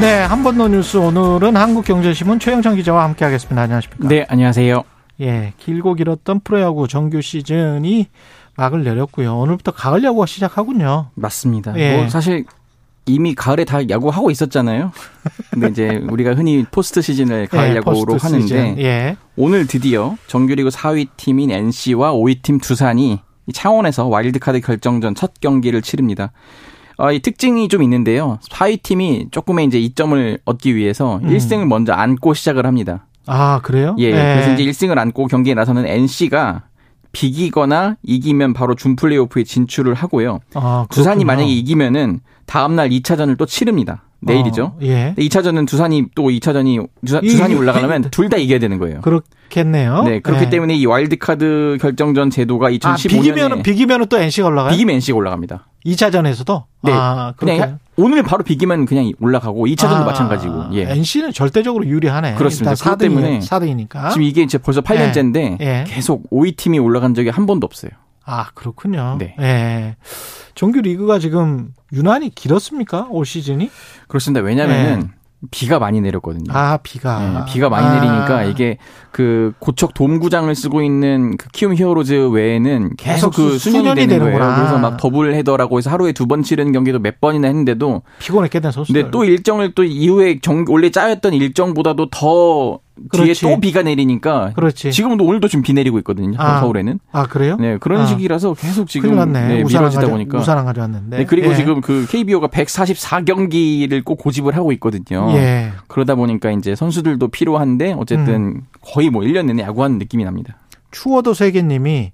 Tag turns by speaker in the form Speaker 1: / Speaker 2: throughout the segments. Speaker 1: 네, 한 번 더 뉴스 오늘은 한국경제신문 최영찬 기자와 함께하겠습니다. 안녕하십니까?
Speaker 2: 네, 안녕하세요.
Speaker 1: 예, 길고 길었던 프로야구 정규 시즌이 막을 내렸고요. 오늘부터 가을 야구가 시작하군요.
Speaker 2: 맞습니다.
Speaker 1: 예.
Speaker 2: 뭐 사실 이미 가을에 다 야구 하고 있었잖아요. 근데 이제 우리가 흔히 포스트 시즌을 가을
Speaker 1: 예,
Speaker 2: 야구로
Speaker 1: 포스트
Speaker 2: 하는데
Speaker 1: 시즌. 예,
Speaker 2: 오늘 드디어 정규리그 4위 팀인 NC와 5위 팀 두산이 이 창원에서 와일드카드 결정전 첫 경기를 치릅니다. 어, 이 특징이 좀 있는데요. 4위 팀이 조금의 이제 이점을 얻기 위해서
Speaker 1: 음.
Speaker 2: 1승을 먼저 안고 시작을 합니다.
Speaker 1: 아 그래요?
Speaker 2: 예, 그래서 이제 1승을 안고 경기에 나서는 NC가 비기거나 이기면 바로 준 플레이오프에 진출을 하고요.
Speaker 1: 아,
Speaker 2: 두산이
Speaker 1: 그렇군요.
Speaker 2: 만약에 이기면은 다음 날 2차전을 또 치릅니다. 내일이죠. 네.
Speaker 1: 어, 예,
Speaker 2: 근데 2차전은 두산이 또 2차전이 두산,
Speaker 1: 이-
Speaker 2: 두산이 올라가려면 둘 다 이겨야 되는 거예요.
Speaker 1: 그렇겠네요.
Speaker 2: 네, 그렇기
Speaker 1: 예.
Speaker 2: 때문에 이 와일드카드 결정전 제도가
Speaker 1: 아,
Speaker 2: 2015년에
Speaker 1: 비기면은 비기면은 또 NC가 올라가요?
Speaker 2: 비기면 NC가 올라갑니다.
Speaker 1: 2차전에서도
Speaker 2: 네.
Speaker 1: 아,
Speaker 2: 그냥
Speaker 1: 그렇게.
Speaker 2: 오늘 바로 비기면 그냥 올라가고 2차전도
Speaker 1: 아,
Speaker 2: 마찬가지고. 예.
Speaker 1: NC는 절대적으로 유리하네.
Speaker 2: 그렇습니다.
Speaker 1: 일단
Speaker 2: 그것 때문에
Speaker 1: 4등이니까.
Speaker 2: 지금 이게 이제 벌써 8년째인데
Speaker 1: 아, 예.
Speaker 2: 계속 5위 팀이 올라간 적이 한 번도 없어요.
Speaker 1: 아, 그렇군요.
Speaker 2: 네.
Speaker 1: 예. 정규 리그가 지금 유난히 길었습니까? 올 시즌이?
Speaker 2: 그렇습니다. 왜냐면은 비가 많이
Speaker 1: 예.
Speaker 2: 내렸거든요.
Speaker 1: 아, 비가.
Speaker 2: 예, 비가 많이
Speaker 1: 아.
Speaker 2: 내리니까 이게 그 고척 돔구장을 쓰고 있는 그 키움 히어로즈 외에는
Speaker 1: 계속
Speaker 2: 계속, 그
Speaker 1: 수-
Speaker 2: 수년이,
Speaker 1: 수년이
Speaker 2: 되는
Speaker 1: 되는구나.
Speaker 2: 거예요. 그래서 막 더블 헤더라고 해서 하루에 두 번 치르는 경기도 몇 번이나 했는데도
Speaker 1: 피곤했겠네, 선수들.
Speaker 2: 근데 또 일정을 또 이후에 정- 원래 짜였던 일정보다도 더 뒤에
Speaker 1: 그렇지.
Speaker 2: 또 비가 내리니까
Speaker 1: 그렇지.
Speaker 2: 지금도 오늘도 지금 비 내리고 있거든요.
Speaker 1: 아.
Speaker 2: 서울에는.
Speaker 1: 아, 그래요?
Speaker 2: 네, 그런
Speaker 1: 아.
Speaker 2: 시기라서 계속 지금
Speaker 1: 큰일 났네.
Speaker 2: 네,
Speaker 1: 우산 안
Speaker 2: 미뤄지다
Speaker 1: 가져-
Speaker 2: 보니까.
Speaker 1: 우산 안 가져왔는데.
Speaker 2: 네, 그리고
Speaker 1: 예.
Speaker 2: 지금 그 KBO가 144경기를 꼭 고집을 하고 있거든요.
Speaker 1: 예.
Speaker 2: 그러다 보니까 이제 선수들도 필요한데 어쨌든
Speaker 1: 음.
Speaker 2: 거의 뭐 1년 내내 야구하는 느낌이 납니다.
Speaker 1: 추워도 세계님이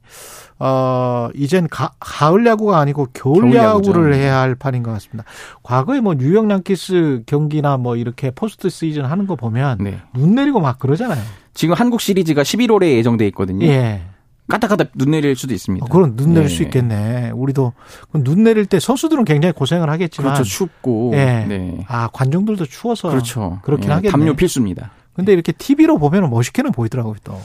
Speaker 1: 어 이젠 가, 가을 야구가 아니고 겨울,
Speaker 2: 겨울 야구죠. 네.
Speaker 1: 야구를 해야 할 판인 것 같습니다. 과거에 뭐 뉴욕 양키스 경기나 뭐 이렇게 포스트 시즌 하는 거 보면
Speaker 2: 네.
Speaker 1: 눈 내리고 막 그러잖아요.
Speaker 2: 지금 한국 시리즈가 11월에 예정돼 있거든요.
Speaker 1: 예.
Speaker 2: 까딱까딱 눈 내릴 수도 있습니다.
Speaker 1: 어, 그런 눈 내릴
Speaker 2: 예.
Speaker 1: 수 있겠네. 우리도 그눈 내릴 때 선수들은 굉장히 고생을 하겠지만
Speaker 2: 그렇죠. 춥고.
Speaker 1: 예.
Speaker 2: 네.
Speaker 1: 아, 관중들도 추워서
Speaker 2: 그렇죠.
Speaker 1: 그렇긴
Speaker 2: 예,
Speaker 1: 하겠네.
Speaker 2: 담요 필수입니다.
Speaker 1: 근데 이렇게 TV로 보면 멋있게는 보이더라고요, 또.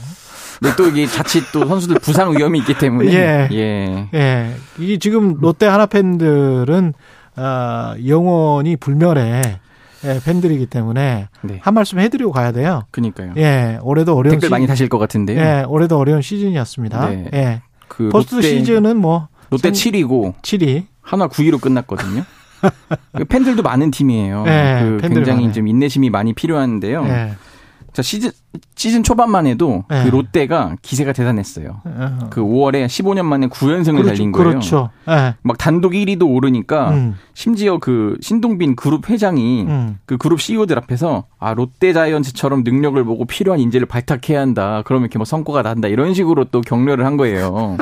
Speaker 2: 근데 또 이게 자칫 또 선수들 부상 위험이 있기 때문에
Speaker 1: 예.
Speaker 2: 예.
Speaker 1: 예. 이게 지금 롯데 하나 팬들은 아, 영원히 불멸의 예, 팬들이기 때문에
Speaker 2: 네.
Speaker 1: 한 말씀 해드리고 가야 돼요.
Speaker 2: 그니까요.
Speaker 1: 예, 올해도 어려운
Speaker 2: 댓글 많이 다실 것 같은데요.
Speaker 1: 예, 올해도 어려운 시즌이었습니다.
Speaker 2: 네.
Speaker 1: 예.
Speaker 2: 그
Speaker 1: 포스트
Speaker 2: 롯데,
Speaker 1: 시즌은 뭐
Speaker 2: 롯데
Speaker 1: 참-
Speaker 2: 7위고
Speaker 1: 7위.
Speaker 2: 하나 9위로 끝났거든요. 그 팬들도 많은 팀이에요.
Speaker 1: 예,
Speaker 2: 그
Speaker 1: 팬들
Speaker 2: 굉장히
Speaker 1: 많아요.
Speaker 2: 좀 인내심이 많이 필요한데요.
Speaker 1: 예.
Speaker 2: 자 시즌 시즌 초반만 해도
Speaker 1: 예.
Speaker 2: 그 롯데가 기세가 대단했어요.
Speaker 1: 어.
Speaker 2: 그 5월에 15년 만에 9연승을 달린 거예요. 아.
Speaker 1: 그렇죠. 예.
Speaker 2: 막 단독 1위도 오르니까
Speaker 1: 음,
Speaker 2: 심지어 그 신동빈 그룹 회장이
Speaker 1: 음.
Speaker 2: 그 그룹 CEO들 앞에서 아 롯데 자이언츠처럼 능력을 보고 필요한 인재를 발탁해야 한다. 그러면 이렇게 뭐 성과가 난다. 이런 식으로 또 격려를 한 거예요.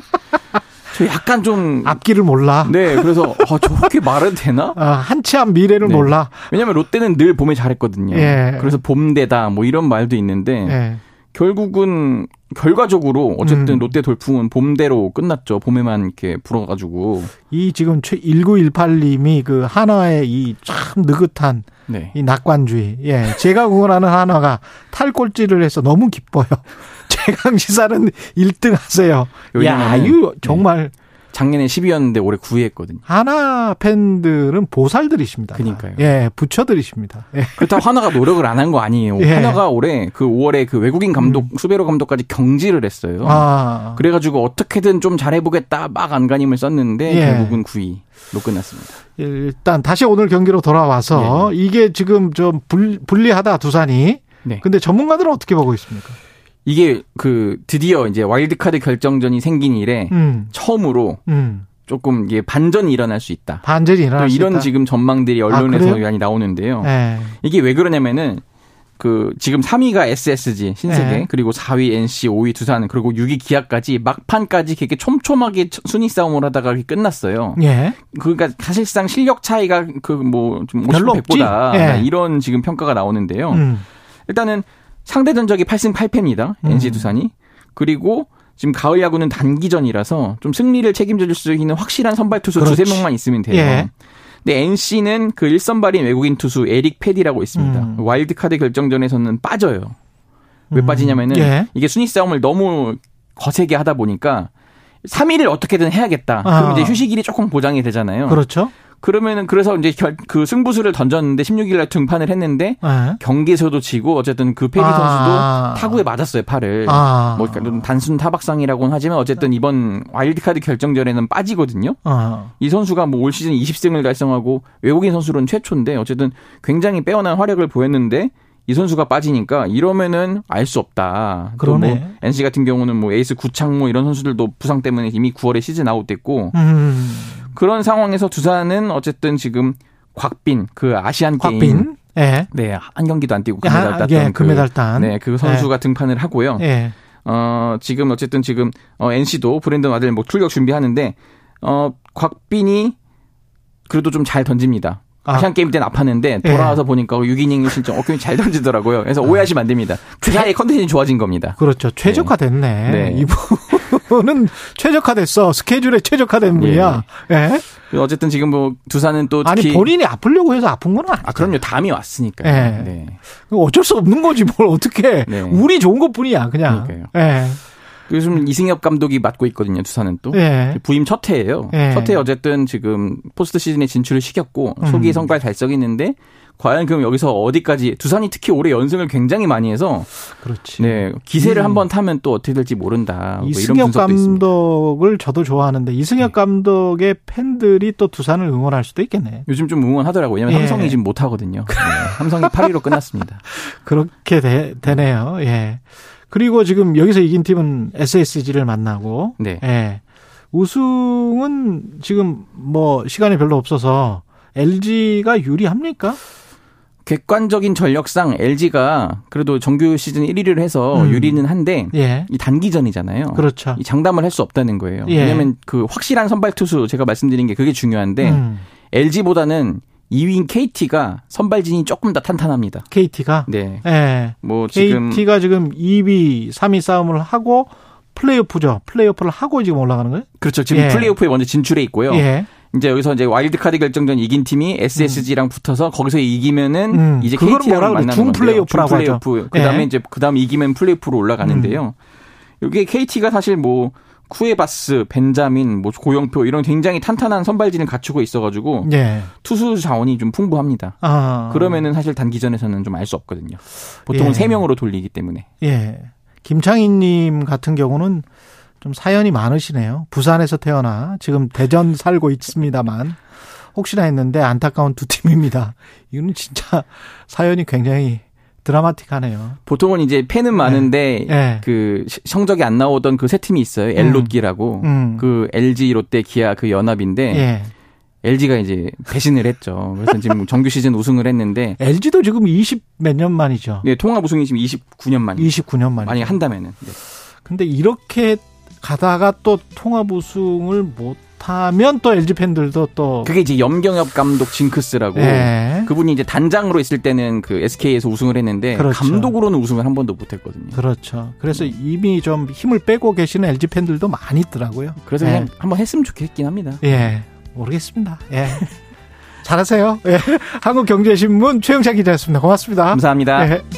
Speaker 2: 저 약간 좀
Speaker 1: 앞길을 몰라.
Speaker 2: 네, 그래서 아, 저렇게 말해도 되나?
Speaker 1: 아, 한치앞 미래를
Speaker 2: 네.
Speaker 1: 몰라.
Speaker 2: 왜냐면 롯데는 늘 봄에 잘했거든요.
Speaker 1: 예.
Speaker 2: 그래서 봄대다 뭐 이런 말도 있는데
Speaker 1: 예.
Speaker 2: 결국은 결과적으로 어쨌든
Speaker 1: 음.
Speaker 2: 롯데 돌풍은 봄대로 끝났죠. 봄에만 이렇게 불어가지고
Speaker 1: 이 지금 최 1918님이 그 한화의 이 참 느긋한
Speaker 2: 네.
Speaker 1: 이 낙관주의. 예. 제가 응원하는 한화가 탈꼴찌를 해서 너무 기뻐요. 최강시사는 1등 하세요. 야,
Speaker 2: 왜냐면은,
Speaker 1: 이거 정말
Speaker 2: 작년에 10위였는데 올해 9위했거든요.
Speaker 1: 한화 팬들은 보살들이십니다.
Speaker 2: 그러니까요.
Speaker 1: 예, 부처들이십니다. 예.
Speaker 2: 그렇다고 하나가 노력을 안 한 거 아니에요.
Speaker 1: 예. 음.
Speaker 2: 하나가 올해 그 5월에 그 외국인 감독 수베로 감독까지 경질을 했어요.
Speaker 1: 아,
Speaker 2: 그래가지고 어떻게든 좀 잘해보겠다 막 안간힘을 썼는데
Speaker 1: 예.
Speaker 2: 결국은 9위로 끝났습니다.
Speaker 1: 일단 다시 오늘 경기로 돌아와서 이게 지금 좀 불, 불리하다 두산이.
Speaker 2: 네.
Speaker 1: 근데 전문가들은 어떻게 보고 있습니까?
Speaker 2: 이게 그 드디어 이제 와일드카드 결정전이 생긴 이래
Speaker 1: 음.
Speaker 2: 처음으로
Speaker 1: 음.
Speaker 2: 조금 이게 반전이 일어날 수 있다.
Speaker 1: 반전이
Speaker 2: 또
Speaker 1: 일어날 수
Speaker 2: 이런
Speaker 1: 있다. 아,
Speaker 2: 지금 어. 전망들이 언론에서
Speaker 1: 그래요?
Speaker 2: 많이 나오는데요.
Speaker 1: 예.
Speaker 2: 이게 왜 그러냐면은 그 지금 3위가 SSG 신세계
Speaker 1: 예.
Speaker 2: 그리고 4위 NC, 5위 두산 그리고 6위 기아까지 막판까지 이렇게 촘촘하게 순위 싸움을 하다가 이렇게 끝났어요.
Speaker 1: 예.
Speaker 2: 그러니까 사실상 실력 차이가 그 뭐좀
Speaker 1: 별로 없지.
Speaker 2: 50보다
Speaker 1: 예.
Speaker 2: 이런 지금 평가가 나오는데요.
Speaker 1: 음.
Speaker 2: 일단은 상대 전적이 8승 8패입니다.
Speaker 1: 음.
Speaker 2: NC 두산이. 그리고 지금 가을 야구는 단기전이라서 좀 승리를 책임져 줄 수 있는 확실한 선발 투수
Speaker 1: 그렇지.
Speaker 2: 두세 명만 있으면 돼요.
Speaker 1: 예.
Speaker 2: 근데 NC는 그 1선발인 외국인 투수 에릭 패디라고 있습니다.
Speaker 1: 음.
Speaker 2: 와일드카드 결정전에서는 빠져요. 왜
Speaker 1: 음.
Speaker 2: 빠지냐면은
Speaker 1: 예.
Speaker 2: 이게 순위 싸움을 너무 거세게 하다 보니까 3위를 어떻게든 해야겠다.
Speaker 1: 아.
Speaker 2: 그럼 이제 휴식일이 조금 보장이 되잖아요.
Speaker 1: 그렇죠.
Speaker 2: 그러면은 그래서 이제 결, 그 승부수를 던졌는데 16일 날 등판을 했는데
Speaker 1: 네.
Speaker 2: 경기에서도 지고 어쨌든 그 페리
Speaker 1: 아.
Speaker 2: 선수도 타구에 맞았어요 팔을.
Speaker 1: 아.
Speaker 2: 뭐 그러니까 단순 타박상이라고는 하지만 어쨌든 이번 와일드카드 결정전에는 빠지거든요.
Speaker 1: 어.
Speaker 2: 이 선수가 뭐 올 시즌 20승을 달성하고 외국인 선수로는 최초인데 어쨌든 굉장히 빼어난 활약을 보였는데 이 선수가 빠지니까 이러면은 알 수 없다. 또
Speaker 1: 그러네.
Speaker 2: 뭐 NC 같은 경우는 뭐 에이스 구창모 이런 선수들도 부상 때문에 이미 9월에 시즌 아웃됐고
Speaker 1: 음.
Speaker 2: 그런 상황에서 두산은 어쨌든 지금 곽빈 그 아시안 게임
Speaker 1: 곽빈. 예.
Speaker 2: 네, 한 경기도 안 뛰고 금메달
Speaker 1: 아,
Speaker 2: 땄던
Speaker 1: 예,
Speaker 2: 그,
Speaker 1: 금메달 딴.
Speaker 2: 네, 그 선수가 등판을 하고요.
Speaker 1: 예.
Speaker 2: 어, 지금 어쨌든 지금 어, NC도 브랜든 와들 뭐 출격 준비하는데 어, 곽빈이 그래도 좀 잘
Speaker 1: 아.
Speaker 2: 던집니다.
Speaker 1: 예.
Speaker 2: 아시안 게임 때는 아팠는데 돌아와서 보니까 6이닝 실점 어, 굉장히 잘 던지더라고요. 그래서
Speaker 1: 아.
Speaker 2: 오해하시면 안 됩니다. 그 사이에 컨디션이 좋아진 겁니다.
Speaker 1: 그렇죠. 최적화 됐네.
Speaker 2: 네.
Speaker 1: 이분은 최적화 됐어. 스케줄에 최적화된 분이야. 예.
Speaker 2: 그리고 어쨌든 지금 뭐 두산은 또
Speaker 1: 아니
Speaker 2: 특히
Speaker 1: 본인이 아프려고 해서 아픈 건 아니야.
Speaker 2: 아 그럼요 담이 왔으니까.
Speaker 1: 네. 어쩔 수 없는 거지 뭘 어떻게.
Speaker 2: 네.
Speaker 1: 운이 좋은 것뿐이야
Speaker 2: 그러니까요.
Speaker 1: 그냥. 예.
Speaker 2: 요즘 이승엽 감독이 맡고 있거든요. 두산은 또.
Speaker 1: 예.
Speaker 2: 부임 첫 해예요.
Speaker 1: 예.
Speaker 2: 첫 해 어쨌든 지금 포스트 시즌에 진출을 시켰고
Speaker 1: 음.
Speaker 2: 초기 성과를 달성했는데 과연 그럼 여기서 어디까지 두산이 특히 올해 연승을 굉장히 많이 해서
Speaker 1: 그렇지.
Speaker 2: 네 기세를
Speaker 1: 이-
Speaker 2: 한번 타면 또 어떻게 될지 모른다. 뭐 이런
Speaker 1: 음. 이승엽
Speaker 2: 분석도 있습니다. 네.
Speaker 1: 감독을 저도 좋아하는데 이승엽 감독의 팬들이 또 두산을 응원할 수도 있겠네.
Speaker 2: 요즘 좀 응원하더라고요. 왜냐면
Speaker 1: 예.
Speaker 2: 삼성이 지금 못 하거든요. 네, 삼성이 8위로 끝났습니다.
Speaker 1: 그렇게 되, 네요 예. 그리고 지금 여기서 이긴 팀은 SSG를 만나고
Speaker 2: 네.
Speaker 1: 예. 우승은 지금 뭐 시간이 별로 없어서 LG가 유리합니까?
Speaker 2: 객관적인 전력상 LG가 그래도 정규 시즌 1위를 해서
Speaker 1: 음.
Speaker 2: 유리는 한데
Speaker 1: 예.
Speaker 2: 이 단기전이잖아요.
Speaker 1: 그렇죠.
Speaker 2: 어, 이 장담을 할 수 없다는 거예요.
Speaker 1: 예.
Speaker 2: 왜냐하면 그 확실한 선발 투수 제가 말씀드린 게 그게 중요한데
Speaker 1: 음,
Speaker 2: LG보다는 2위인 KT가 선발진이 조금 더 탄탄합니다.
Speaker 1: KT가
Speaker 2: 네.
Speaker 1: 예.
Speaker 2: 뭐 지금
Speaker 1: KT가 지금 2위, 3위 싸움을 하고 플레이오프죠. 플레이오프를 하고 지금 올라가는 거예요?
Speaker 2: 그렇죠. 지금
Speaker 1: 예.
Speaker 2: 플레이오프에 먼저 진출해 있고요.
Speaker 1: 예.
Speaker 2: 이제 여기서 이제 와일드 카드 결정전 이긴 팀이 SSG랑 붙어서 거기서 이기면은
Speaker 1: 음.
Speaker 2: 이제
Speaker 1: 그걸
Speaker 2: KT랑
Speaker 1: 뭐라 그래?
Speaker 2: 만나는
Speaker 1: 준
Speaker 2: 건데요.
Speaker 1: 플레이오프라고
Speaker 2: 준 플레이오프.
Speaker 1: 하죠.
Speaker 2: 그다음에
Speaker 1: 예.
Speaker 2: 이제 그다음 이기면 플레이오프로 올라가는데요. 여기에 KT가 사실 뭐 쿠에바스, 벤자민, 뭐 고영표 이런 굉장히 탄탄한 선발진을 갖추고 있어가지고
Speaker 1: 예.
Speaker 2: 투수 자원이 좀 풍부합니다.
Speaker 1: 아.
Speaker 2: 그러면은 사실 단기전에서는 좀 알 수 없거든요. 보통은
Speaker 1: 예.
Speaker 2: 세 3명으로 돌리기 때문에.
Speaker 1: 예. 김창인 님 같은 경우는 좀 사연이 많으시네요. 부산에서 태어나 지금 대전 살고 있습니다만 혹시나 했는데 안타까운 두 팀입니다. 이거는 진짜 사연이 굉장히 드라마틱하네요.
Speaker 2: 보통은 이제 팬은 많은데
Speaker 1: 예.
Speaker 2: 그 시- 성적이 안 나오던 그 세 팀이 있어요. 엘롯기라고.
Speaker 1: 음.
Speaker 2: 그 LG, 롯데, 기아 그 연합인데
Speaker 1: 예.
Speaker 2: LG가 이제 배신을 했죠. 그래서 지금 정규 시즌 우승을 했는데
Speaker 1: LG도 지금 20 몇 년 만이죠.
Speaker 2: 네, 통합 우승이 지금 29년 만이
Speaker 1: 29년 만이죠.
Speaker 2: 만약 한다면은. 네.
Speaker 1: 근데 이렇게 가다가 또 통합 우승을 못 하면 또 LG 팬들도 또
Speaker 2: 그게 이제 염경엽 감독 징크스라고
Speaker 1: 예.
Speaker 2: 그분이 이제 단장으로 있을 때는 그 SK에서 우승을 했는데
Speaker 1: 그렇죠.
Speaker 2: 감독으로는 우승을 한 번도 못 했거든요.
Speaker 1: 그렇죠. 그래서
Speaker 2: 음.
Speaker 1: 이미 좀 힘을 빼고 계시는 LG 팬들도 많이 있더라고요.
Speaker 2: 그래서
Speaker 1: 예.
Speaker 2: 그냥 한번 했으면 좋겠긴 합니다.
Speaker 1: 예, 모르겠습니다. 예. 잘하세요. 예. 한국경제신문 최영찬 기자였습니다. 고맙습니다.
Speaker 2: 감사합니다.
Speaker 1: 예.